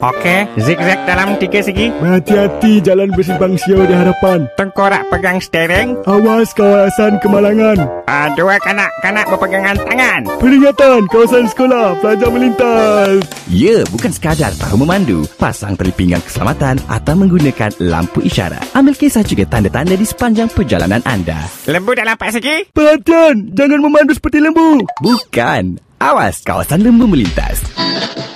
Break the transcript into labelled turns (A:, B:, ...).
A: Okey, zigzag dalam 3 segi.
B: Hati-hati jalan bersebang siau di hadapan.
A: Tengkorak pegang steering.
B: Awas kawasan kemalangan.
A: Ah, dua kanak-kanak berpegangan tangan.
B: Peringatan kawasan sekolah pelajar melintas.
C: Ya, bukan sekadar tahu memandu, pasang tali pinggang keselamatan atau menggunakan lampu isyarat. Ambil kisah juga tanda-tanda di sepanjang perjalanan anda.
A: Lembu dalam 4 segi.
B: Perhatian, jangan memandu seperti lembu.
C: Bukan. Awas, kawasan lembu melintas.